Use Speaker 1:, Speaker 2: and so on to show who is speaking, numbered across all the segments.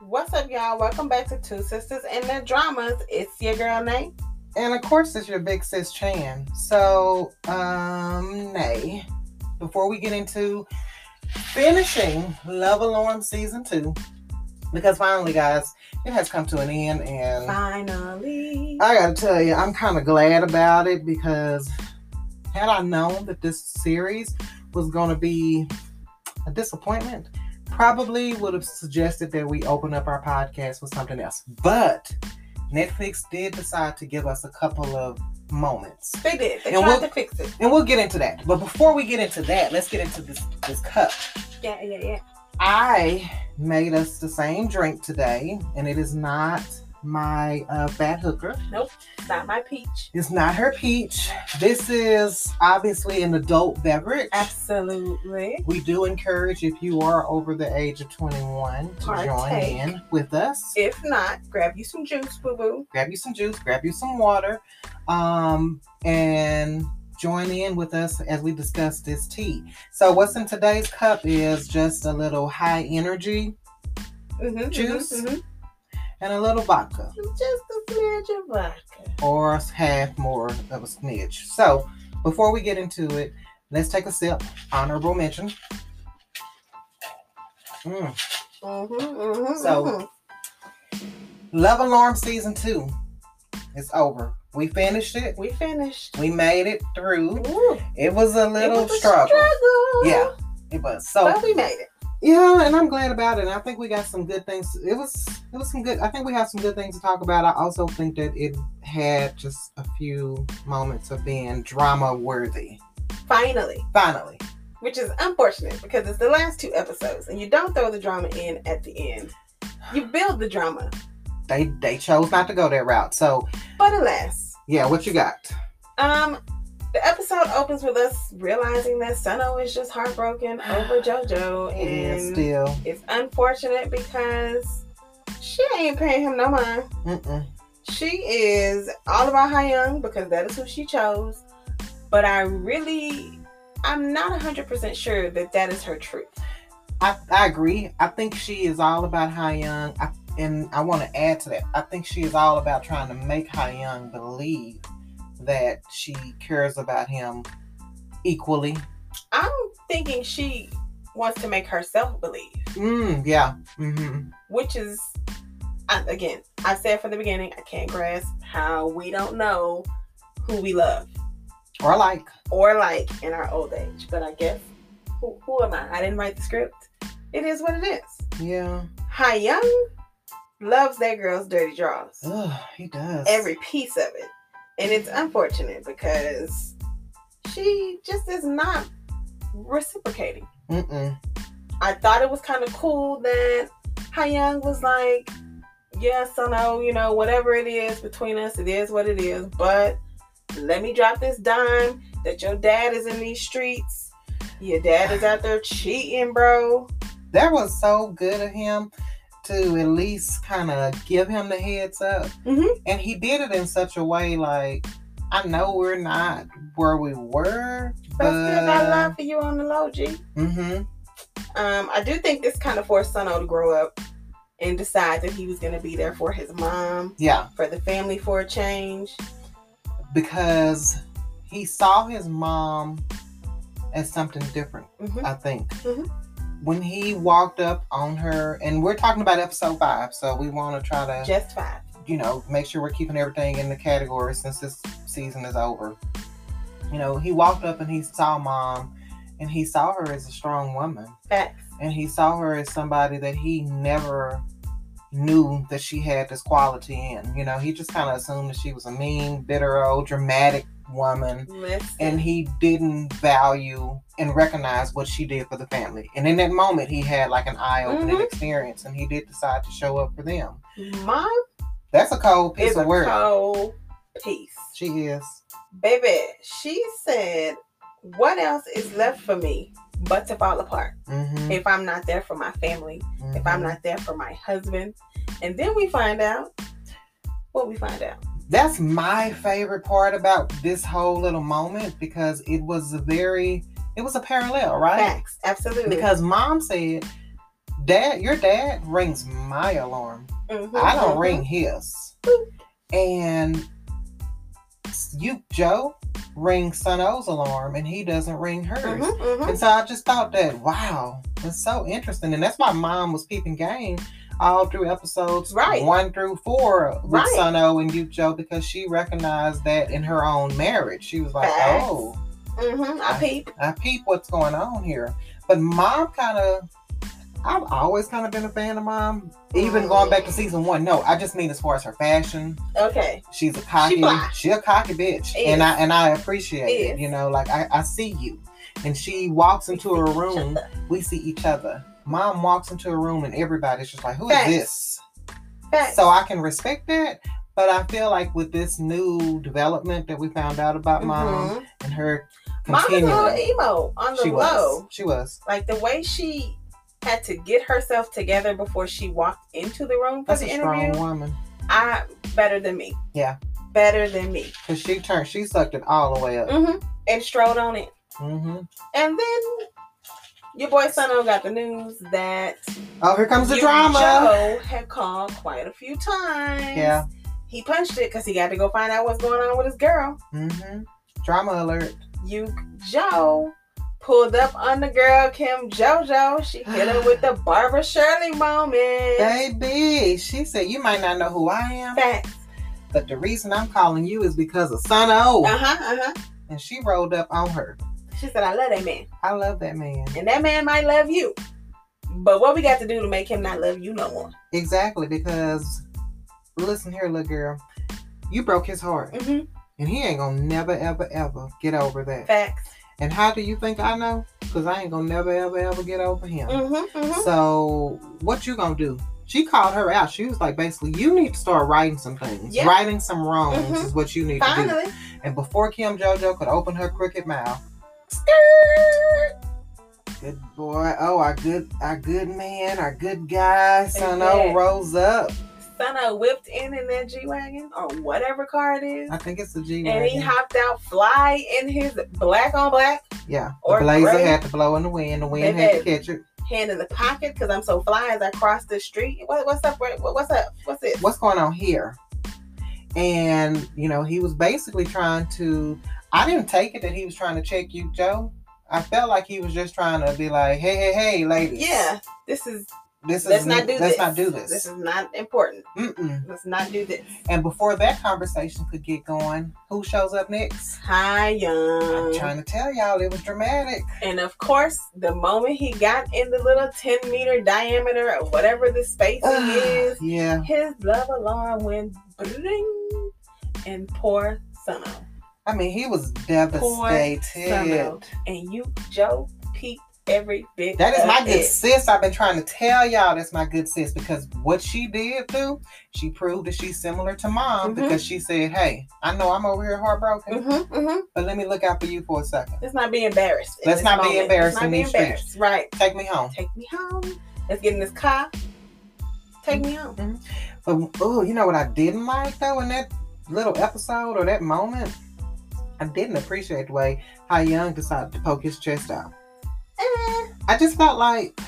Speaker 1: What's up, y'all? Welcome back to Two Sisters and Their Dramas. It's your girl, Nay.
Speaker 2: And of course, it's your big sis Chan. So, um, Nay, before we get into finishing Love Alarm season two, because finally, guys, it has come to an end,
Speaker 1: Uh.
Speaker 2: and
Speaker 1: Finally.
Speaker 2: I gotta tell you, I'm kind of glad about it because had I known that this series was gonna be a disappointment, probably would have suggested that we open up our podcast with something else. But Netflix did decide to give us a couple of moments.
Speaker 1: They did. They
Speaker 2: And
Speaker 1: tried
Speaker 2: we'll-
Speaker 1: to fix it.
Speaker 2: And we'll get into that. But before we get into that, let's get into this this cup.
Speaker 1: Yeah, yeah, yeah.
Speaker 2: I made us the same drink today, and it is not my uh, fat hooker.
Speaker 1: Not my peach.
Speaker 2: It's not her peach. This is obviously an adult beverage.
Speaker 1: Absolutely.
Speaker 2: We do encourage if you are over the age of 21 to join
Speaker 1: Partake.
Speaker 2: in with us.
Speaker 1: If not, grab you some juice, boo boo.
Speaker 2: Grab you some juice, grab you some water, um, and join in with us as we discuss this tea. So, what's in today's cup is just a little high energy
Speaker 1: Mm-hmm,
Speaker 2: Juice?
Speaker 1: mhm,
Speaker 2: and a little vodka,
Speaker 1: mhm. Just a smidge of vodka.
Speaker 2: or half more of a smidge. So, before we get into it, let's take a sip. Honorable mention. Mm.
Speaker 1: Mm-hmm, mm-hmm,
Speaker 2: So- Love Alarm Season 2 is over. We finished it.
Speaker 1: we finished.
Speaker 2: We made it through.
Speaker 1: Ooh,
Speaker 2: It was a
Speaker 1: it
Speaker 2: little
Speaker 1: was a
Speaker 2: struggle.
Speaker 1: struggle.
Speaker 2: Yeah, it was. So
Speaker 1: But we made it.
Speaker 2: yeah, and I'm glad about it. And I think we got some good things. It was it was some good. I think we have some good things to talk about. I also think that it had just a few moments of being drama worthy.
Speaker 1: Finally.
Speaker 2: Finally,
Speaker 1: which is unfortunate because it's the last two episodes and you don't throw the drama in at the end. You build the drama,
Speaker 2: they they chose not to go that route. So
Speaker 1: but alas.
Speaker 2: yeah, what you got?
Speaker 1: Um, the episode opens with us realizing that Suno is just heartbroken over JoJo
Speaker 2: And
Speaker 1: and
Speaker 2: still,
Speaker 1: it's unfortunate because she ain't paying him no mind.
Speaker 2: mm-mm.
Speaker 1: She is all about Hyung because that is who she chose. But I really, I'm not 100% sure that that is her truth.
Speaker 2: I, I agree. I think she is all about High Young. I, and I want to add to that. I think she is all about trying to make High Young believe that she cares about him equally.
Speaker 1: I'm thinking she wants to make herself believe,
Speaker 2: Mm, yeah. hmm
Speaker 1: which is, I, again, I said from the beginning, I can't grasp how we don't know who we love
Speaker 2: Or like,
Speaker 1: or like in our old age. But I guess, who, who am I? I didn't write the script. It is what it is.
Speaker 2: yeah.
Speaker 1: Hi Young loves that girl's dirty draws,
Speaker 2: Ugh, he does.
Speaker 1: every piece of it. And it's unfortunate because she just is not reciprocating.
Speaker 2: Mm-mm.
Speaker 1: I thought it was kind of cool that Hyung was like, yes, I know, you know, whatever it is between us, it is what it is, but let me drop this dime that your dad is in these streets. Your dad is out there cheating, bro.
Speaker 2: That was so good of him to at least kind of give him the heads up.
Speaker 1: Mhm.
Speaker 2: And he did it in such a way like, I know we're not where we were,
Speaker 1: But I still got a
Speaker 2: but.
Speaker 1: lot for you on the low, G.
Speaker 2: Mm-hmm.
Speaker 1: Um, I do think this kind of forced Sono to grow up and decide that he was going to be there for his mom,
Speaker 2: Yeah,
Speaker 1: for the family for a change.
Speaker 2: because he saw his mom as something different,
Speaker 1: Mhm.
Speaker 2: I think.
Speaker 1: Mhm.
Speaker 2: When he walked up on her, and we're talking about episode five, so we want to try to,
Speaker 1: Just five.
Speaker 2: you know, make sure we're keeping everything in the category since this season is over. You know, he walked up and he saw mom, and he saw her as a strong woman,
Speaker 1: Facts.
Speaker 2: and he saw her as somebody that he never knew that she had this quality in. You know, he just kind of assumed that she was a mean, bitter, old, dramatic woman,
Speaker 1: Listen.
Speaker 2: and he didn't value and recognize what she did for the family. And in that moment, he had like an eye opening
Speaker 1: Mhm.
Speaker 2: experience, and he did decide to show up for them.
Speaker 1: mom
Speaker 2: That's a cold piece
Speaker 1: is a
Speaker 2: of work.
Speaker 1: cold piece.
Speaker 2: she is.
Speaker 1: Baby, she said, What else is left for me but to fall apart
Speaker 2: Mm-hmm,
Speaker 1: if I'm not there for my family, if I'm not there for my husband? And then we find out what we find out.
Speaker 2: That's my favorite part about this whole little moment because it was a very, it was a parallel, right?
Speaker 1: Facts, absolutely.
Speaker 2: because mom said Dad, your dad rings my alarm.
Speaker 1: Mhm,
Speaker 2: I don't
Speaker 1: mhm.
Speaker 2: ring his. And you, Joe, rings Sun O's alarm and he doesn't ring hers.
Speaker 1: Mhm, mhm.
Speaker 2: And so I just thought that, wow, that's so interesting. And that's why mom was peeping game all through episodes
Speaker 1: Right.
Speaker 2: one through four with
Speaker 1: Right.
Speaker 2: Sunno and Duke Joe because she recognized that in her own marriage. She was like,
Speaker 1: Facts.
Speaker 2: oh,
Speaker 1: Mhm, I peep.
Speaker 2: I peep what's going on here. But mom kind of, I've always kind of been a fan of mom,
Speaker 1: Mm.
Speaker 2: even going back to season one. No, I just mean as far as her fashion.
Speaker 1: Okay.
Speaker 2: She's a cocky,
Speaker 1: She fly.
Speaker 2: she, a cocky bitch,
Speaker 1: Yes.
Speaker 2: and I and I appreciate
Speaker 1: Yes.
Speaker 2: it. You know, like I, I see you, and she walks into a room. We see each other. Mom walks into a room, and everybody's just like, "Who is
Speaker 1: Facts.
Speaker 2: this?"
Speaker 1: Facts.
Speaker 2: So I can respect that, but I feel like with this new development that we found out about mom
Speaker 1: Mhm.
Speaker 2: and her
Speaker 1: Mom was a little
Speaker 2: continuing,
Speaker 1: emo on the
Speaker 2: she
Speaker 1: low.
Speaker 2: was, she was.
Speaker 1: Like the way she had to get herself together before she walked into the room for
Speaker 2: That's
Speaker 1: the
Speaker 2: a
Speaker 1: interview.
Speaker 2: strong woman
Speaker 1: I better than me.
Speaker 2: Yeah.
Speaker 1: Better than me.
Speaker 2: because she turned, she sucked it all the way up.
Speaker 1: hmm And strolled on in.
Speaker 2: hmm
Speaker 1: And then your boy Sonno got the news that
Speaker 2: Oh, here comes the
Speaker 1: Duke
Speaker 2: drama.
Speaker 1: Joe had called quite a few times.
Speaker 2: Yeah.
Speaker 1: He punched it because he got to go find out what's going on with his girl.
Speaker 2: hmm Drama alert.
Speaker 1: Yuke Joe pulled up on the girl Kim Jojo. She hit her with the Barbara Shirley moment.
Speaker 2: Baby, she said, You might not know who I am,
Speaker 1: Facts.
Speaker 2: but the reason I'm calling you is because of Son O.
Speaker 1: Uh huh. Uh huh.
Speaker 2: And she rolled up on her.
Speaker 1: She said, "I love that man,
Speaker 2: I love that man.
Speaker 1: and that man might love you, but what we got to do to make him not love you no more?"
Speaker 2: Exactly, because listen here, little girl, you broke his heart.
Speaker 1: Mm-hmm.
Speaker 2: And he ain't gonna never, ever, ever get over that.
Speaker 1: Facts.
Speaker 2: And how do you think I know? Because I ain't gonna never, ever, ever get over him.
Speaker 1: Mm-hmm. Mm-hmm.
Speaker 2: So what you gonna do? She called her out. She was like, basically, you need to start writing some things.
Speaker 1: Yeah.
Speaker 2: Righting some wrongs
Speaker 1: Mhm.
Speaker 2: is what you need to do.
Speaker 1: Finally,
Speaker 2: And before Kim JoJo could open her crooked mouth,
Speaker 1: skirt.
Speaker 2: good boy, oh our good our good man, our good guy, son
Speaker 1: Yeah.
Speaker 2: O rose up.
Speaker 1: Sonno whipped in in that G wagon or whatever car it is,
Speaker 2: I think it's the G
Speaker 1: and he
Speaker 2: Wagon.
Speaker 1: hopped out fly in his black on black.
Speaker 2: Yeah. The
Speaker 1: or
Speaker 2: blazer
Speaker 1: gray.
Speaker 2: had to blow in the wind, the wind had to
Speaker 1: Baby.
Speaker 2: catch it.
Speaker 1: hand in the pocket because I'm so fly as I cross the street. What, what's up? What, what's up? What's this?
Speaker 2: What's going on here? And you know, he was basically trying to I didn't take it that he was trying to check you, Joe. I felt like he was just trying to be like, hey, hey, hey, ladies.
Speaker 1: Yeah, this is.
Speaker 2: This is
Speaker 1: let's not do this.
Speaker 2: let's not do this.
Speaker 1: This is not important.
Speaker 2: Mm-mm.
Speaker 1: Let's not do this.
Speaker 2: And before that conversation could get going, who shows up next?
Speaker 1: Hi,
Speaker 2: I'm
Speaker 1: young.
Speaker 2: trying to tell y'all, it was dramatic.
Speaker 1: And of course, the moment he got in the little 10 meter diameter or whatever the space is,
Speaker 2: yeah,
Speaker 1: his love alarm went bling. And poor Sunno.
Speaker 2: I mean, he was
Speaker 1: Poor
Speaker 2: devastated.
Speaker 1: Sunno. And you, Joe, peeped every bit.
Speaker 2: That is
Speaker 1: of
Speaker 2: my good
Speaker 1: it.
Speaker 2: sis. I've been trying to tell y'all that's my good sis because what she did do, she proved that she's similar to mom
Speaker 1: Mhm.
Speaker 2: because she said, Hey, I know I'm over here heartbroken,
Speaker 1: Mhm, mhm.
Speaker 2: but let me look out for you for a second.
Speaker 1: Let's not be embarrassed. in
Speaker 2: Let's
Speaker 1: this
Speaker 2: not be
Speaker 1: moment.
Speaker 2: embarrassed
Speaker 1: Let's
Speaker 2: in
Speaker 1: not be
Speaker 2: these streets.
Speaker 1: embarrassed. Right.
Speaker 2: Take me home.
Speaker 1: Take me home. Let's get in this car. Take me home.
Speaker 2: But oh, you know what I didn't like though in that little episode or that moment? I didn't appreciate the way how Young decided to poke his chest out.
Speaker 1: Eh,
Speaker 2: I just felt like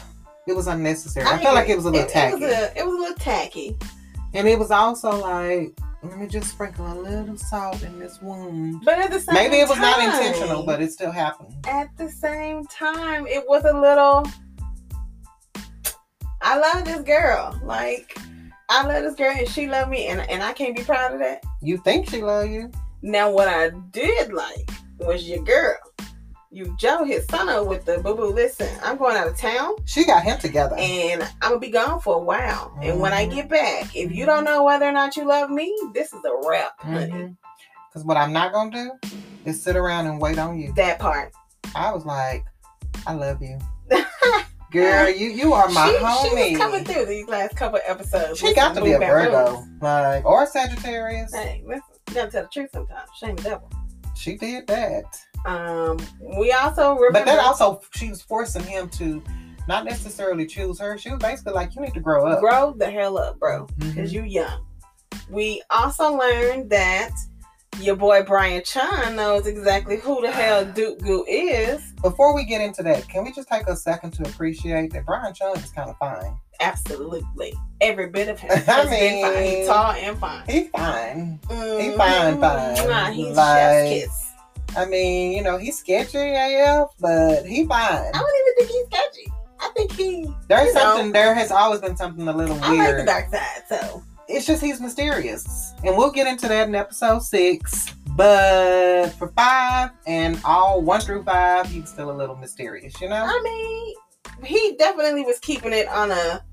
Speaker 2: it was unnecessary. I, felt like
Speaker 1: agree.
Speaker 2: it was a little tacky.
Speaker 1: It was a, it was a little tacky.
Speaker 2: and it was also like, let me just sprinkle a little salt in this wound.
Speaker 1: But at the same
Speaker 2: Maybe it was not
Speaker 1: time-
Speaker 2: intentional, but it still happened.
Speaker 1: at the same time, it was a little. I love this girl. Like, I love this girl, and she loved me, and, and I can't be proud of that.
Speaker 2: You think she love you?
Speaker 1: Now, what I did like was your girl. You Joe his son up with the boo boo. Listen, I'm going out of town.
Speaker 2: She got him together.
Speaker 1: and I'm gonna be gone for a while. And when I
Speaker 2: Mhm.
Speaker 1: get back, if you don't know whether or not you love me, this is a wrap, honey.
Speaker 2: Because Mm-hmm. what I'm not gonna do is sit around and wait on you.
Speaker 1: That part.
Speaker 2: I was like, I love you. Girl, you you are my
Speaker 1: she,
Speaker 2: homie.
Speaker 1: she was coming through these last couple episodes.
Speaker 2: She
Speaker 1: with
Speaker 2: got to
Speaker 1: some
Speaker 2: be a
Speaker 1: moonbound
Speaker 2: Virgo,
Speaker 1: moons.
Speaker 2: like or a Sagittarius.
Speaker 1: Hey, listen, you gotta tell the truth sometimes. Shame the devil.
Speaker 2: She did that,
Speaker 1: Um, we also remember.
Speaker 2: but that also she was forcing him to not necessarily choose her. She was basically like, you need to grow up,
Speaker 1: grow the hell up, bro,
Speaker 2: Mhm.
Speaker 1: because you young. We also learned that your boy Brian Chan knows exactly who the hell Duke Goo is.
Speaker 2: Before we get into that, can we just take a second to appreciate that Brian Chung is kind of fine?
Speaker 1: Absolutely. Every bit of him.
Speaker 2: I
Speaker 1: has been fine.
Speaker 2: mean-
Speaker 1: He's tall and fine.
Speaker 2: He fine.
Speaker 1: Mhm.
Speaker 2: fine, fine.
Speaker 1: Nah, he's
Speaker 2: Like-
Speaker 1: chef's kiss.
Speaker 2: I mean, you know, he's sketchy AF, but he fine.
Speaker 1: I don't even think he's sketchy. I think he.
Speaker 2: There's
Speaker 1: you know.
Speaker 2: something. There has always been something a little
Speaker 1: I like the
Speaker 2: weird.
Speaker 1: dark side, so.
Speaker 2: it's just he's mysterious, and we'll get into that in episode six. But for five and all one through five, he's still a little mysterious, you know.
Speaker 1: I mean, he definitely was keeping it on a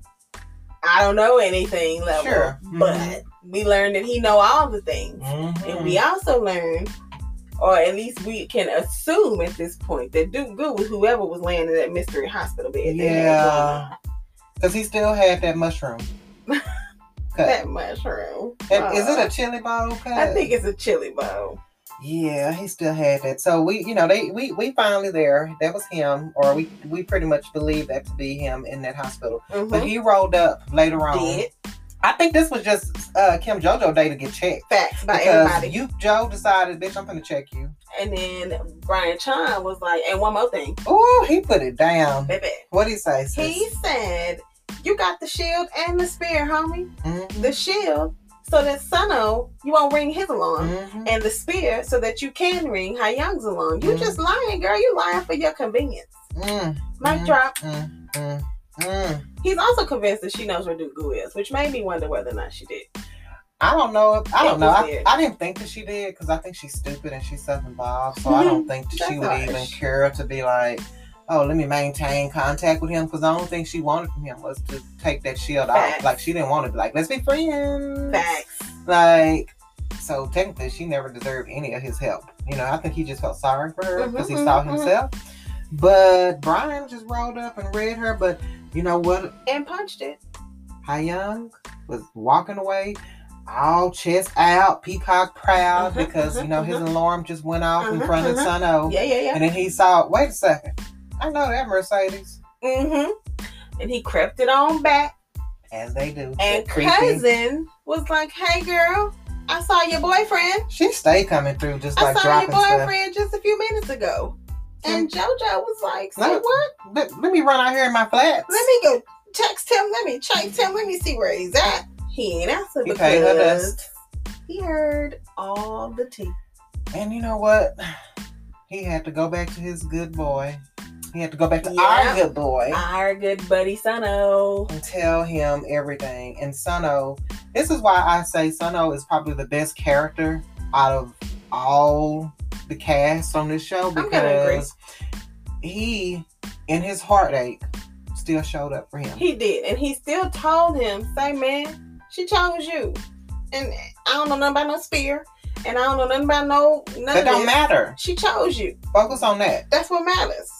Speaker 1: I don't know anything level.
Speaker 2: Sure. Mm-hmm.
Speaker 1: But we learned that he know all the things.
Speaker 2: Mhm.
Speaker 1: And we also learned, or at least we can assume at this point, that Duke Goo was whoever was laying in that mystery hospital bed. they had
Speaker 2: Yeah. Cause he still had that mushroom.
Speaker 1: going on.
Speaker 2: cut.
Speaker 1: That mushroom.
Speaker 2: And is it a chili bowl cut?
Speaker 1: Uh, I think it's a chili bowl.
Speaker 2: Yeah, he still had that. So we, you know, they we we finally there. That was him, or we we pretty much believe that to be him in that hospital. But
Speaker 1: Mm-hmm.
Speaker 2: he rolled up later on.
Speaker 1: Did
Speaker 2: I think this was just uh, Kim JoJo day to get checked.
Speaker 1: facts by
Speaker 2: because
Speaker 1: everybody.
Speaker 2: you Joe decided, bitch, I'm gonna check you.
Speaker 1: and then Brian Chan was like, and one more thing,
Speaker 2: Oh, he put it down.
Speaker 1: baby.
Speaker 2: What he say? sis?
Speaker 1: He said, You got the shield and the spear, homie.
Speaker 2: Mhm,
Speaker 1: The shield, so that Sano, you won't ring his alarm.
Speaker 2: mhm.
Speaker 1: And the spear, so that you can ring Hyung's alarm. You
Speaker 2: Mhm.
Speaker 1: just lying, girl. You lying for your convenience.
Speaker 2: Mm,
Speaker 1: Mic
Speaker 2: Mhm.
Speaker 1: drop.
Speaker 2: mm, mm, mm.
Speaker 1: He's also convinced that she knows where Dugu is, which made me wonder whether or not she did.
Speaker 2: I don't know. if- I
Speaker 1: It
Speaker 2: don't know.
Speaker 1: was
Speaker 2: I,
Speaker 1: weird.
Speaker 2: I didn't think that she did because I think she's stupid and she's self-involved. So I don't think that she
Speaker 1: Mm-hmm. That's
Speaker 2: would
Speaker 1: harsh.
Speaker 2: even care to be like, "Oh, let me maintain contact with him." Because the only thing she wanted from him was to take that shield off.
Speaker 1: Facts.
Speaker 2: Like she didn't want to be like, "Let's be friends."
Speaker 1: Facts.
Speaker 2: Like, so technically, she never deserved any of his help. You know, I think he just felt sorry for her because he
Speaker 1: Mhm,
Speaker 2: saw
Speaker 1: mhm,
Speaker 2: himself. But Brian just rolled up and read her. But you know what?
Speaker 1: And punched it.
Speaker 2: Ha Young was walking away, all chest out, peacock proud,
Speaker 1: Mhm,
Speaker 2: because you
Speaker 1: mhm,
Speaker 2: know his alarm just went off in
Speaker 1: Mhm,
Speaker 2: front of
Speaker 1: mhm.
Speaker 2: Sunno.
Speaker 1: Yeah, yeah, yeah.
Speaker 2: Oh. And then he saw, wait a second, I know that Mercedes.
Speaker 1: Mm-hmm. And he crept it on back.
Speaker 2: As they do.
Speaker 1: And
Speaker 2: They're creepy.
Speaker 1: cousin was like, Hey girl, I saw your boyfriend.
Speaker 2: She stay coming through just
Speaker 1: I
Speaker 2: like
Speaker 1: saw your
Speaker 2: dropping stuff. Mm.
Speaker 1: boyfriend just a few minutes ago. And JoJo was like, Say
Speaker 2: No.
Speaker 1: what?
Speaker 2: Let, let me run out here in my flats.
Speaker 1: Let me go text him. Let me chase him. Let me see where he's at. He ain't answered
Speaker 2: He paid her
Speaker 1: because
Speaker 2: dust.
Speaker 1: he heard all the tea.
Speaker 2: And you know what? He had to go back to his good boy. He had to go back to our
Speaker 1: Yeah.
Speaker 2: good boy.
Speaker 1: Our good buddy Sano.
Speaker 2: and tell him everything. And Sunno, this is why I say Sunno is probably the best character out of all the cast on this show
Speaker 1: I'm gonna agree.
Speaker 2: because he, in his heartache, still showed up for him.
Speaker 1: He did, and he still told him, "Say, man, she chose you, and I don't know nothing about no spear, and I don't know nothing about no
Speaker 2: That
Speaker 1: nothing.
Speaker 2: don't matter.
Speaker 1: She chose you.
Speaker 2: Focus on that.
Speaker 1: That's what matters."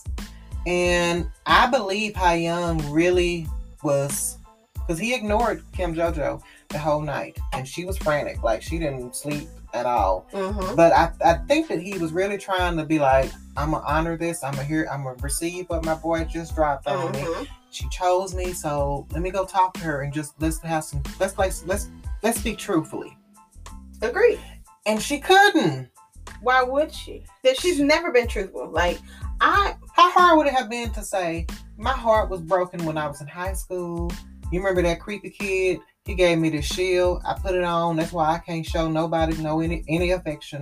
Speaker 2: And I believe Ha Young really was, because he ignored Kim JoJo the whole night, and she was frantic, like she didn't sleep at all.
Speaker 1: Mm-hmm.
Speaker 2: But I, I think that he was really trying to be like, I'm gonna honor this. I'm gonna hear. I'm gonna receive what my boy just dropped on me.
Speaker 1: hmm
Speaker 2: She chose me, so let me go talk to her and just let's have some. Let's play. Let's let's speak truthfully.
Speaker 1: Agreed.
Speaker 2: And she couldn't.
Speaker 1: Why would she? That she's never been truthful. Like I,
Speaker 2: How hard would it have been to say, my heart was broken when I was in high school? You remember that creepy kid? He gave me the shield. I put it on. That's why I can't show nobody no any any affection.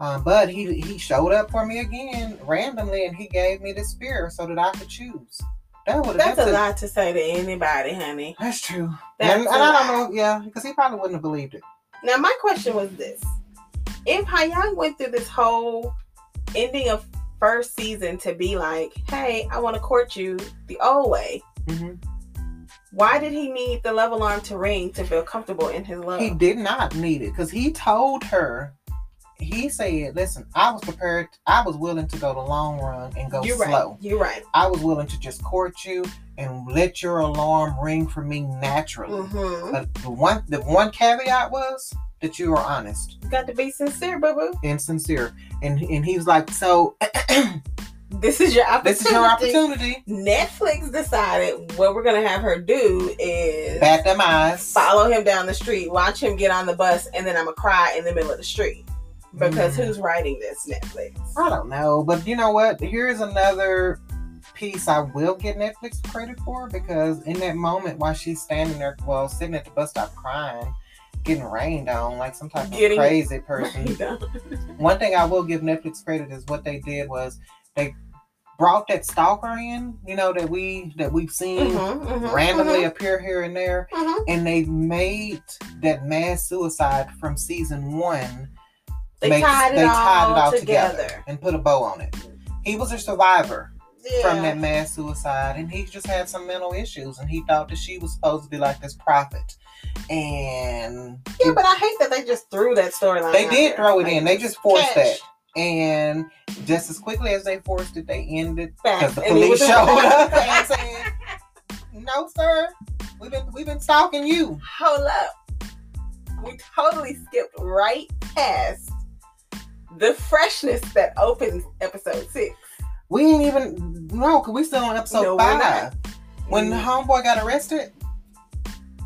Speaker 2: Um, but he he showed up for me again randomly, and he gave me the spear so that I could choose. That would
Speaker 1: that's a lot to say to anybody, honey.
Speaker 2: That's true.
Speaker 1: That's
Speaker 2: and and
Speaker 1: a
Speaker 2: I
Speaker 1: lot.
Speaker 2: don't know, yeah, because he probably wouldn't have believed it.
Speaker 1: Now, my question was this: If Hyung went through this whole ending of first season to be like, "Hey, I want to court you the old way,"
Speaker 2: Mm-hmm.
Speaker 1: why did he need the love alarm to ring to feel comfortable in his love?
Speaker 2: He did not need it because he told her. He said, "Listen, I was prepared. I was willing to go the long run and go
Speaker 1: You're
Speaker 2: slow."
Speaker 1: right. You're right.
Speaker 2: I was willing to just court you and let your alarm ring for me naturally.
Speaker 1: Mm-hmm.
Speaker 2: But the one the one caveat was that you were honest
Speaker 1: Got to be sincere, boo boo.
Speaker 2: and sincere. And and he was like, so
Speaker 1: This is your opportunity.
Speaker 2: this is your opportunity.
Speaker 1: Netflix decided what we're gonna have her do is
Speaker 2: Bat them eyes.
Speaker 1: follow him down the street, watch him get on the bus, and then I'm gonna cry in the middle of the street.
Speaker 2: Mm-hmm.
Speaker 1: because who's writing this Netflix?
Speaker 2: I don't know, but you know what? Here's another piece I will get Netflix credit for because in that moment while she's standing there, well, sitting at the bus stop crying, getting rained on like some type
Speaker 1: Getting-
Speaker 2: of crazy person.
Speaker 1: You know?
Speaker 2: One thing I will give Netflix credit is what they did was they brought that stalker in, you know, that we that we've seen
Speaker 1: Mhm, mhm,
Speaker 2: randomly
Speaker 1: mhm,
Speaker 2: appear here and there,
Speaker 1: mhm.
Speaker 2: and they made that mass suicide from season one
Speaker 1: They
Speaker 2: makes-
Speaker 1: tied it
Speaker 2: they
Speaker 1: all
Speaker 2: tied it all
Speaker 1: together.
Speaker 2: together. and put a bow on it. He was a survivor
Speaker 1: Yeah.
Speaker 2: from that mass suicide and he just had some mental issues and he thought that she was supposed to be like this prophet and
Speaker 1: yeah, but I hate that they just threw that storyline.
Speaker 2: they
Speaker 1: out
Speaker 2: did
Speaker 1: there.
Speaker 2: throw it
Speaker 1: Like,
Speaker 2: in they just forced
Speaker 1: catch.
Speaker 2: that and just as quickly as they forced it they ended
Speaker 1: Back.
Speaker 2: because the
Speaker 1: And it was-
Speaker 2: police showed up and said no sir we've been we've been stalking you
Speaker 1: Hold up. We totally skipped right past the freshness that opened episode six.
Speaker 2: we ain't even no because we still on episode
Speaker 1: No, we're
Speaker 2: five when the
Speaker 1: Mm,
Speaker 2: homeboy got arrested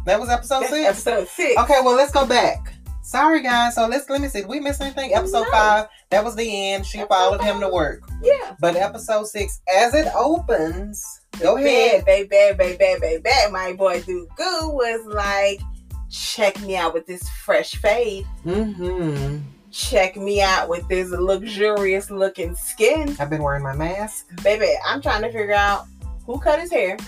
Speaker 2: that was episode
Speaker 1: that's
Speaker 2: six
Speaker 1: episode six.
Speaker 2: Okay, well let's go back. Sorry guys, so let's let me see. Did we miss anything? Episode
Speaker 1: No.
Speaker 2: five, that was the end. She
Speaker 1: Episode
Speaker 2: followed him to
Speaker 1: five.
Speaker 2: work.
Speaker 1: Yeah.
Speaker 2: But episode six, as it opens, go ahead.
Speaker 1: Bad, bad, bad, bad, bad, bad. My boy Dugu was like, check me out with this fresh fade.
Speaker 2: Mm-hmm.
Speaker 1: Check me out with this luxurious looking skin.
Speaker 2: I've been wearing my mask.
Speaker 1: Baby, I'm trying to figure out who cut his hair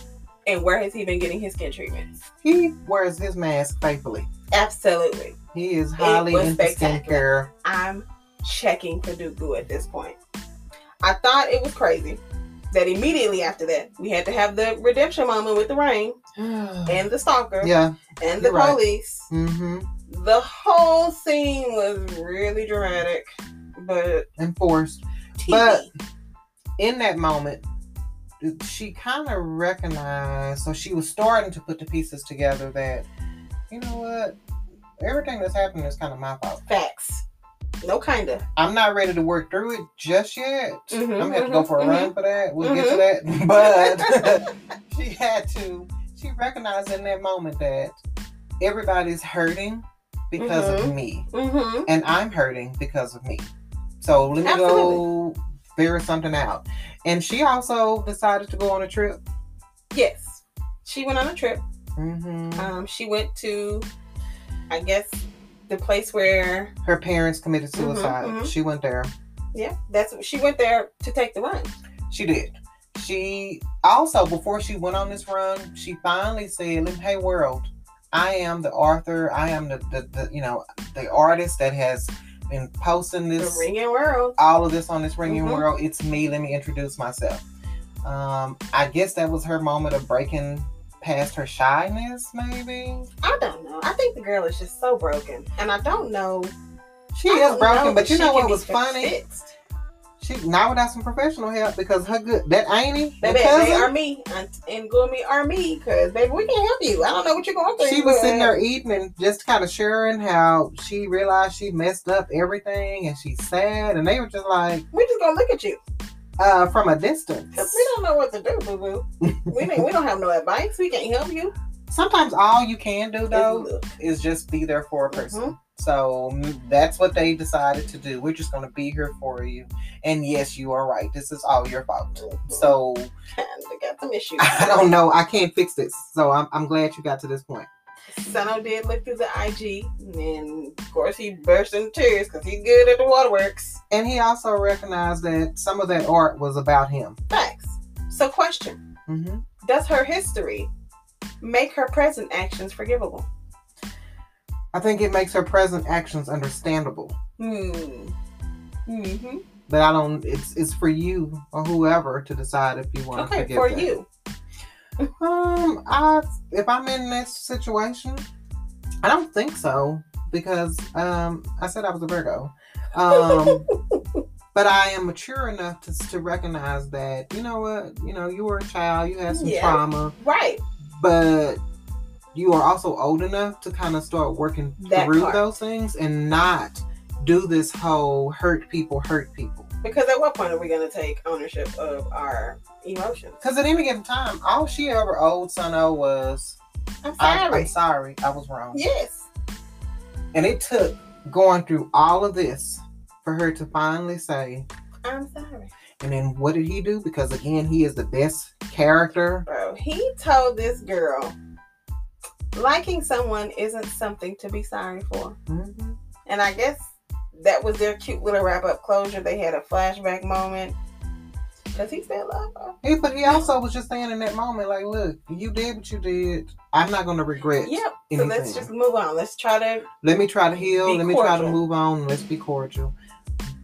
Speaker 1: and where has he been getting his skin treatments.
Speaker 2: He wears his mask faithfully.
Speaker 1: Absolutely.
Speaker 2: He is highly
Speaker 1: was
Speaker 2: into skincare.
Speaker 1: spectacular. I'm checking for Dugu at this point. I thought it was crazy that immediately after that, we had to have the redemption moment with the rain and the stalker
Speaker 2: Uh-huh. yeah.
Speaker 1: and the
Speaker 2: you're right.
Speaker 1: police.
Speaker 2: Mm-hmm.
Speaker 1: The whole scene was really dramatic, but
Speaker 2: Enforced.
Speaker 1: TV.
Speaker 2: But- In that moment, she kind of recognized, so she was starting to put the pieces together that, you know what? Everything that's happening is kind of my fault.
Speaker 1: facts, no kinda.
Speaker 2: I'm not ready to work through it just yet.
Speaker 1: Mhm,
Speaker 2: I'm gonna have to go
Speaker 1: mhm,
Speaker 2: for a run for that. We'll get to that. But she had to. She recognized in that moment that everybody's hurting because of me,
Speaker 1: Mm-hmm.
Speaker 2: and I'm hurting because of me. So let me go figure something out. And she also decided to go on a trip.
Speaker 1: Yes, she went on a trip.
Speaker 2: hmm
Speaker 1: Um, she went to, I guess, the place where
Speaker 2: Her parents committed suicide.
Speaker 1: mhm.
Speaker 2: She went there.
Speaker 1: yeah, that's she went there to take the run.
Speaker 2: She did. She also, before she went on this run, she finally said, Hey, world, I am the author. I am the, the, the you know, the artist that has been posting
Speaker 1: The
Speaker 2: this,
Speaker 1: ringing world.
Speaker 2: all of this on this ringing
Speaker 1: Mhm.
Speaker 2: world. It's me. Let me introduce myself. Um, I guess that was her moment of breaking past her shyness, maybe.
Speaker 1: I don't know. I think the girl is just so broken, and I don't know.
Speaker 2: She
Speaker 1: I
Speaker 2: is
Speaker 1: don't
Speaker 2: broken,
Speaker 1: know
Speaker 2: but
Speaker 1: if
Speaker 2: you
Speaker 1: she
Speaker 2: know
Speaker 1: can
Speaker 2: what
Speaker 1: be
Speaker 2: was funny?
Speaker 1: fixed.
Speaker 2: She not without some professional help because her good that Amy,
Speaker 1: Baby, they are me, Aunt and Gloomy are me, because baby, we can't help you. I don't know what you're going through.
Speaker 2: she was sitting
Speaker 1: but-
Speaker 2: there eating and just kind of sharing how she realized she messed up everything and she's sad and they were just like
Speaker 1: We're just gonna look at you
Speaker 2: uh from a distance
Speaker 1: because we don't know what to do, boo boo. we ain't- we don't have no advice. We can't help you.
Speaker 2: sometimes all you can do
Speaker 1: Just
Speaker 2: though
Speaker 1: look.
Speaker 2: is just be there for a person so mm, that's what they decided to do we're just going to be here for you and yes you are right this is all your fault
Speaker 1: Mhm.
Speaker 2: so
Speaker 1: Kinda got some issues.
Speaker 2: i don't know i can't fix this so i'm, I'm glad you got to this point
Speaker 1: Sano did look through the IG, and of course he burst into tears because he's good at the waterworks.
Speaker 2: and he also recognized that some of that art was about him
Speaker 1: Facts. So, question:
Speaker 2: hmm
Speaker 1: Does her history make her present actions forgivable?
Speaker 2: i think it makes her present actions understandable
Speaker 1: Hmm. Mm-hmm.
Speaker 2: But I don't. It's it's for you or whoever to decide if you want to
Speaker 1: Okay,
Speaker 2: forgive
Speaker 1: for
Speaker 2: that.
Speaker 1: you.
Speaker 2: Um, I if I'm in this situation, I don't think so because um, I said I was a Virgo, um, but I am mature enough to to recognize that you know what you know you were a child, you had some
Speaker 1: Yeah.
Speaker 2: trauma,
Speaker 1: Right.
Speaker 2: but you are also old enough to kind of start working
Speaker 1: That
Speaker 2: through
Speaker 1: part.
Speaker 2: those things and not do this whole hurt people, hurt people.
Speaker 1: Because at what point are we going to take ownership of our emotions?
Speaker 2: Because at any given time, all she ever owed Sunno was,
Speaker 1: I'm
Speaker 2: I,
Speaker 1: sorry.
Speaker 2: am sorry, I was wrong.
Speaker 1: yes.
Speaker 2: And it took going through all of this for her to finally say,
Speaker 1: I'm sorry.
Speaker 2: and then what did he do? Because again, he is the best character.
Speaker 1: Bro, he told this girl liking someone isn't something to be sorry for.
Speaker 2: Mhm.
Speaker 1: And I guess that was their cute little wrap up closure. They had a flashback moment. Does he still love her?
Speaker 2: He, but he also was just saying in that moment, like, look, you did what you did. I'm not going to regret.
Speaker 1: Yep. So
Speaker 2: anything.
Speaker 1: let's just move on. Let's try to.
Speaker 2: let me try to heal.
Speaker 1: Be
Speaker 2: let me try to
Speaker 1: cordial.
Speaker 2: move on. Let's be cordial.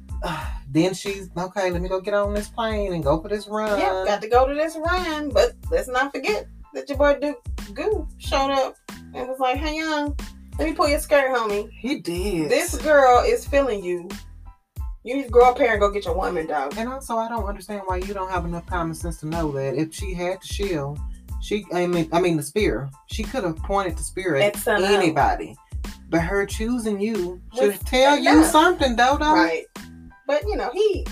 Speaker 2: then she's okay. Let me go get on this plane and go for this run.
Speaker 1: yep, got to go to this run. But let's not forget that your boy Duke Goo showed up and was like, "Hey, young, let me pull your skirt, homie.
Speaker 2: he did
Speaker 1: This girl is feeling you. You need to grow up here and go get your woman, dog."
Speaker 2: And also, I don't understand why you don't have enough common sense to know that if she had the shield, she I mean I mean the spear, she could have pointed the spear
Speaker 1: At
Speaker 2: at
Speaker 1: some-
Speaker 2: anybody. But her choosing you should
Speaker 1: Was
Speaker 2: tell you
Speaker 1: enough.
Speaker 2: something, Dodo.
Speaker 1: Right. But you know he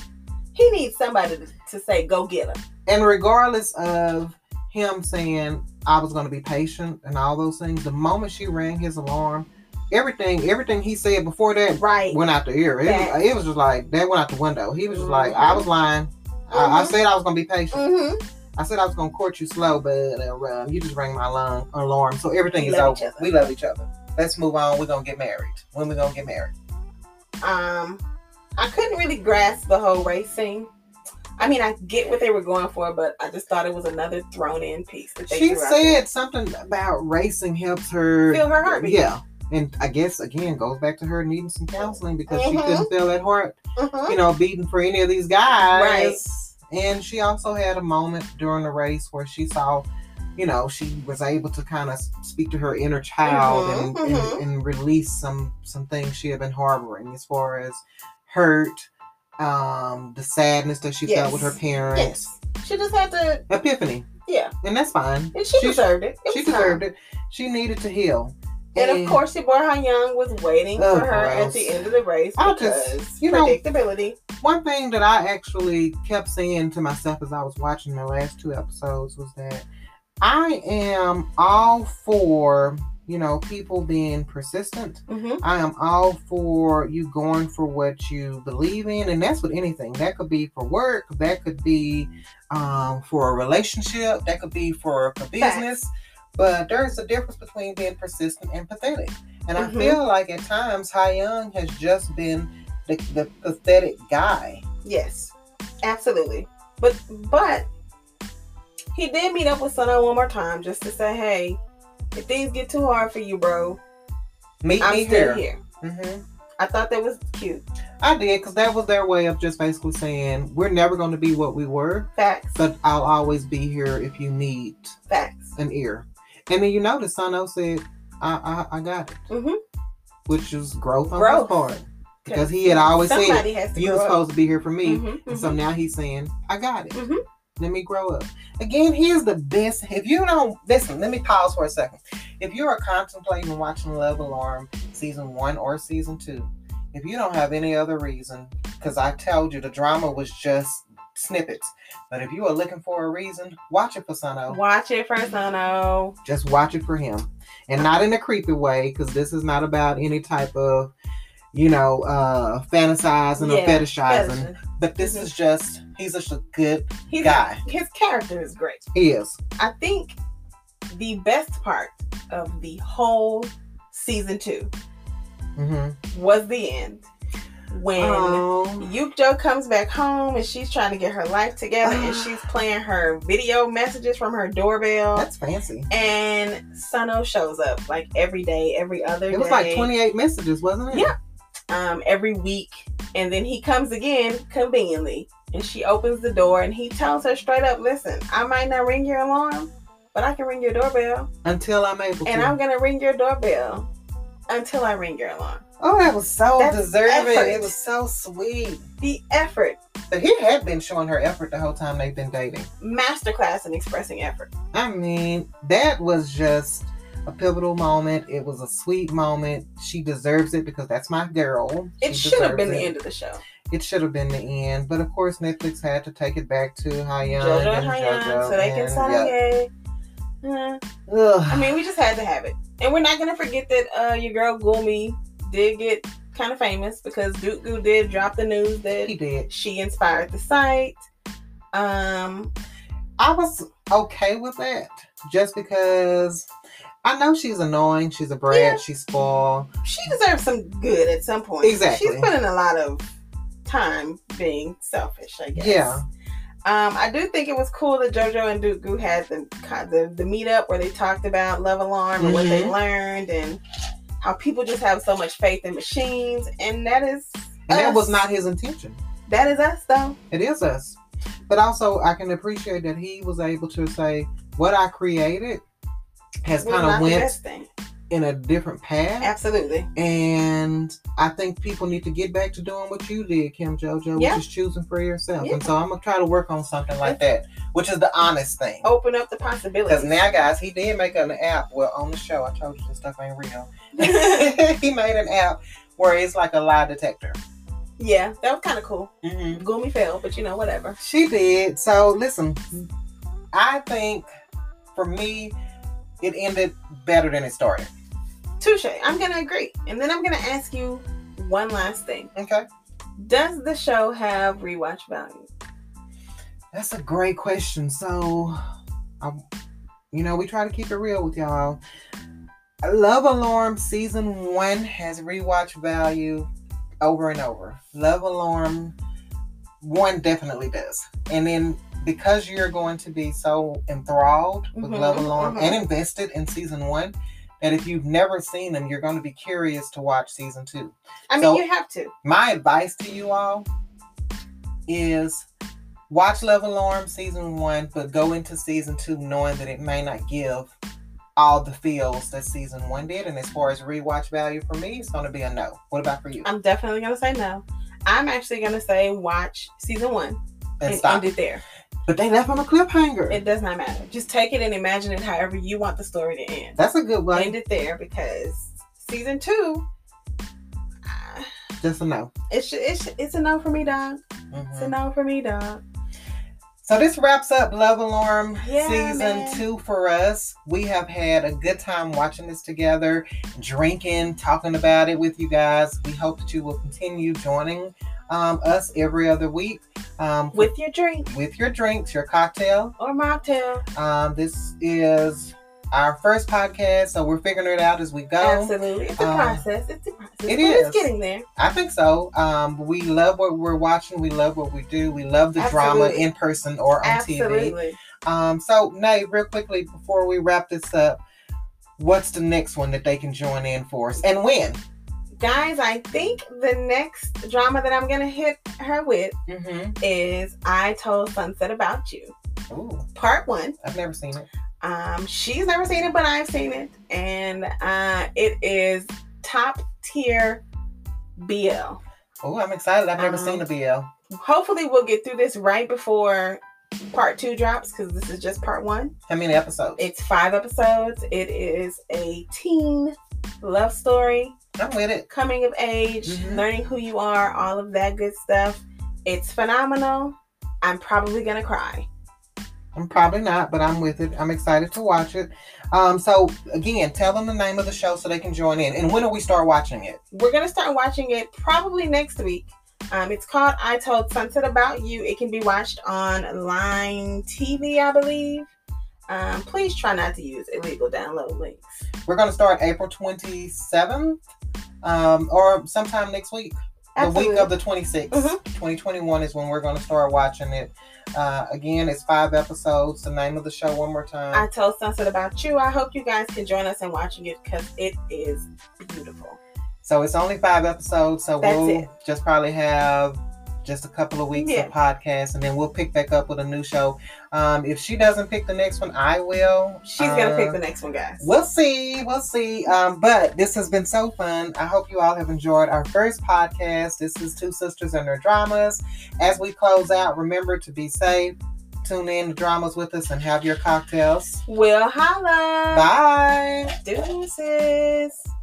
Speaker 1: he needs somebody to, to say, "Go get her."
Speaker 2: And regardless of him saying I was going to be patient and all those things, the moment she rang his alarm, everything everything he said before that
Speaker 1: Right.
Speaker 2: went out the ear. It, was-
Speaker 1: Facts.
Speaker 2: it was just like that went out the window. He was just like I was lying. I, I
Speaker 1: Mhm.
Speaker 2: said I was going to be patient.
Speaker 1: Mm-hmm.
Speaker 2: I said I was gonna court you slow, but uh, um, you just rang my alarm. alarm. So everything
Speaker 1: We
Speaker 2: is
Speaker 1: love each
Speaker 2: over.
Speaker 1: other.
Speaker 2: We love each other. Let's move on. We're gonna get married. When we gonna get married?
Speaker 1: um i couldn't really grasp the whole race thing i mean i get what they were going for but i just thought it was another thrown in piece that they
Speaker 2: She
Speaker 1: threw out
Speaker 2: said something about racing helps her
Speaker 1: Feel her heartbeat.
Speaker 2: Yeah, and I guess again goes back to her needing some counseling because she
Speaker 1: Mhm.
Speaker 2: couldn't feel that heart,
Speaker 1: there. Mhm.
Speaker 2: you know, beating for any of these guys. Right. And she also had a moment during the race where she saw. You know, she was able to kind of speak to her inner child
Speaker 1: Mhm,
Speaker 2: and,
Speaker 1: mhm.
Speaker 2: And, and release some some things she had been harboring as far as hurt, um, the sadness that she felt with her
Speaker 1: Yes.
Speaker 2: parents.
Speaker 1: yes she just had to
Speaker 2: Epiphany.
Speaker 1: yeah
Speaker 2: And that's fine.
Speaker 1: and she,
Speaker 2: She-
Speaker 1: deserved it, It
Speaker 2: she
Speaker 1: was time.
Speaker 2: deserved it. She needed to heal.
Speaker 1: and of course your boy Han Young was waiting
Speaker 2: Oh,
Speaker 1: for her at
Speaker 2: gross.
Speaker 1: the end of the race
Speaker 2: I
Speaker 1: because
Speaker 2: just- you know-
Speaker 1: predictability
Speaker 2: one thing that I actually kept saying to myself as I was watching the last two episodes was that I am all for, you know, people being persistent.
Speaker 1: mm-hmm.
Speaker 2: I am all for you going for what you believe in, and that's with anything. That could be for work, that could be um, for a relationship, that could be for a business. But there's a difference between being persistent and pathetic. And
Speaker 1: Mhm.
Speaker 2: I feel like at times Hai Young has just been the, the pathetic guy.
Speaker 1: yes absolutely but but he did meet up with Sana one more time just to say hey if things get too hard for you bro
Speaker 2: Meet
Speaker 1: i'm
Speaker 2: me
Speaker 1: still
Speaker 2: here.
Speaker 1: here
Speaker 2: hmm
Speaker 1: I thought that was cute.
Speaker 2: I did because that was their way of just basically saying we're never going to be what we were,
Speaker 1: Facts.
Speaker 2: but I'll always be here if you need
Speaker 1: Facts.
Speaker 2: an ear. And then you notice Sano said, I I, I got it.
Speaker 1: Mhm.
Speaker 2: Which is growth on
Speaker 1: Growth.
Speaker 2: his part. Because he had always said,
Speaker 1: Somebody has to
Speaker 2: You
Speaker 1: grow
Speaker 2: were
Speaker 1: up.
Speaker 2: supposed to be here for me.
Speaker 1: Mhm, mhm.
Speaker 2: And so now he's saying, I got it.
Speaker 1: Mhm.
Speaker 2: Let me grow up. Again, here's the best. If you don't listen, let me pause for a second. If you are contemplating watching Love Alarm season one or season two, if you don't have any other reason, because I told you the drama was just snippets. But if you are looking for a reason, watch it for Sano
Speaker 1: Watch it first, I know.
Speaker 2: just watch it for him and not in a creepy way because this is not about any type of you know uh fantasizing
Speaker 1: Yeah,
Speaker 2: or fetishizing
Speaker 1: Fashion.
Speaker 2: but this
Speaker 1: Mhm.
Speaker 2: is just he's just a good
Speaker 1: He's,
Speaker 2: guy
Speaker 1: His character is great.
Speaker 2: he is
Speaker 1: I think the best part of the whole season two
Speaker 2: mm-hmm.
Speaker 1: was the end when. Yuke Jo comes back home and she's trying to get her life together and she's playing her video messages from her doorbell.
Speaker 2: that's fancy
Speaker 1: and Sano shows up like every day, every other day.
Speaker 2: it was like 28 messages wasn't it
Speaker 1: Yeah. um, every week. And then he comes again conveniently. And she opens the door and he tells her straight up, listen, I might not ring your alarm, but I can ring your doorbell.
Speaker 2: until i'm able
Speaker 1: And
Speaker 2: to
Speaker 1: I'm going to ring your doorbell until I ring your alarm.
Speaker 2: oh that was so
Speaker 1: That's
Speaker 2: deserving
Speaker 1: effort.
Speaker 2: it was so sweet
Speaker 1: The effort,
Speaker 2: but he had been showing her effort the whole time they've been dating
Speaker 1: masterclass in expressing effort.
Speaker 2: I mean, that was just a pivotal moment. It was a sweet moment. She deserves it because that's my girl.
Speaker 1: It
Speaker 2: She
Speaker 1: should have been
Speaker 2: deserves
Speaker 1: the
Speaker 2: it.
Speaker 1: end of the show.
Speaker 2: It should have been the end. But of course, Netflix had to take it back to Hayan.
Speaker 1: JoJo
Speaker 2: and
Speaker 1: and Hayan,
Speaker 2: JoJo
Speaker 1: so they can
Speaker 2: and-
Speaker 1: sign
Speaker 2: yeah.
Speaker 1: it. Uh,
Speaker 2: Ugh.
Speaker 1: I mean, we just had to have it. And we're not going to forget that uh, your girl Gumi did get kind of famous because Duke Goo did drop the news that
Speaker 2: He did.
Speaker 1: she inspired the site. Um,
Speaker 2: I was okay with that just because I know she's annoying, she's a brat,
Speaker 1: Yeah.
Speaker 2: she's spoiled.
Speaker 1: she deserves some good at some point.
Speaker 2: Exactly.
Speaker 1: She's put in a lot of time being selfish, I guess.
Speaker 2: Yeah.
Speaker 1: Um, I do think it was cool that JoJo and Duke Goo had the, the the meetup where they talked about Love Alarm and what
Speaker 2: Mm-hmm.
Speaker 1: they learned and how people just have so much faith in machines, and that is
Speaker 2: And that was
Speaker 1: us.
Speaker 2: not his intention.
Speaker 1: that is us though.
Speaker 2: It is us. But also I can appreciate that he was able to say what I created has
Speaker 1: Was
Speaker 2: kind
Speaker 1: not
Speaker 2: of
Speaker 1: the
Speaker 2: went
Speaker 1: best thing.
Speaker 2: in a different path.
Speaker 1: Absolutely.
Speaker 2: And I think people need to get back to doing what you did, Kim Jojo,
Speaker 1: Yeah.
Speaker 2: which is choosing for yourself.
Speaker 1: Yeah.
Speaker 2: And so I'm gonna try to work on something like that, which is the honest thing.
Speaker 1: Open up the
Speaker 2: Because
Speaker 1: possibilities.
Speaker 2: now, guys, he did make an app. Well, on the show, I told you this stuff ain't real. he made an app where it's like a lie detector.
Speaker 1: yeah, that was kind of cool. Gloomy fail, but you know whatever.
Speaker 2: She did. So listen, I think for me, it ended better than it started.
Speaker 1: Touche. I'm gonna agree, and then I'm gonna ask you one last thing.
Speaker 2: Okay,
Speaker 1: Does the show have rewatch value?
Speaker 2: that's a great question. So, I, you know, we try to keep it real with y'all. Love Alarm season one has rewatch value over and over. Love Alarm one definitely does. And then because you're going to be so enthralled with
Speaker 1: Mhm,
Speaker 2: Love Alarm
Speaker 1: mhm.
Speaker 2: and invested in season one, that if you've never seen them, you're going to be curious to watch season two.
Speaker 1: I mean,
Speaker 2: So-
Speaker 1: you have to.
Speaker 2: My advice to you all is watch Love Alarm season one, but go into season two knowing that it may not give all the feels that season one did. And as far as rewatch value for me, it's going to be a no. What about for you?
Speaker 1: I'm definitely gonna say no. I'm actually gonna say watch season one
Speaker 2: and
Speaker 1: and,
Speaker 2: stop.
Speaker 1: end it there.
Speaker 2: but they left on a cliffhanger.
Speaker 1: It does not matter. Just take it and imagine it however you want the story to end.
Speaker 2: That's a good way.
Speaker 1: End it there because season two, ah,
Speaker 2: Just a no.
Speaker 1: it's it's it's a no for me, dog. It's a
Speaker 2: Mhm.
Speaker 1: no for me, dog.
Speaker 2: So this wraps up Love Alarm
Speaker 1: Yeah,
Speaker 2: season
Speaker 1: man.
Speaker 2: two for us. We have had a good time watching this together, drinking, talking about it with you guys. We hope that you will continue joining um, us every other week um,
Speaker 1: With your drink
Speaker 2: with your drinks, your cocktail.
Speaker 1: or mocktail,
Speaker 2: Um, this is our first podcast, so we're figuring it out as we go.
Speaker 1: absolutely. It's a
Speaker 2: um,
Speaker 1: process. It's a process. but
Speaker 2: it
Speaker 1: It's
Speaker 2: is.
Speaker 1: getting there.
Speaker 2: I think so. Um, we love what we're watching. We love what we do. We love the drama
Speaker 1: Absolutely.
Speaker 2: in person or on TV.
Speaker 1: Absolutely.
Speaker 2: Um, so Nate, real quickly before we wrap this up, what's the next one that they can join in for us and when?
Speaker 1: Guys, I think the next drama that I'm gonna hit her with
Speaker 2: Mm-hmm.
Speaker 1: is I Told Sunset About You,
Speaker 2: Ooh,
Speaker 1: part one.
Speaker 2: I've never seen it.
Speaker 1: Um, she's never seen it, but I've seen it, and uh, it is top tier BL.
Speaker 2: Oh, I'm excited. I've never
Speaker 1: Um,
Speaker 2: seen a BL.
Speaker 1: Hopefully, we'll get through this right before part two drops because this is just part one.
Speaker 2: How many episodes?
Speaker 1: It's five episodes. It is a teen love story,
Speaker 2: I'm with it.
Speaker 1: coming of age,
Speaker 2: Mhm.
Speaker 1: learning who you are, all of that good stuff. It's phenomenal. I'm probably gonna cry.
Speaker 2: I'm probably not, but I'm with it. I'm excited to watch it. Um, so again, tell them the name of the show so they can join in. And when do we start watching it?
Speaker 1: we're gonna start watching it probably next week. Um, it's called I Told Sunset About You. It can be watched on Line TV, I believe. Um, please try not to use illegal download links.
Speaker 2: We're gonna start April 27th, um, or sometime next week. The week of the 26th,
Speaker 1: Mhm.
Speaker 2: 2021 is when we're going to start watching it. Uh, again, it's five episodes. The name of the show, one more
Speaker 1: I
Speaker 2: time.
Speaker 1: Told Sunset About You. I hope you guys can join us in watching it because it is beautiful.
Speaker 2: so it's only five episodes. So
Speaker 1: That's
Speaker 2: we'll
Speaker 1: it.
Speaker 2: just probably have just a couple of weeks
Speaker 1: Yeah.
Speaker 2: of podcasts and then we'll pick back up with a new show. Um, if she doesn't pick the next one, I will.
Speaker 1: She's gonna pick
Speaker 2: Uh,
Speaker 1: the next one, guys.
Speaker 2: We'll see. We'll see. Um, but this has been so fun. I hope you all have enjoyed our first podcast. This is Two Sisters and Their Dramas. As we close out, remember to be safe. Tune in to dramas with us and have your cocktails.
Speaker 1: We'll holla.
Speaker 2: Bye.
Speaker 1: Deuces.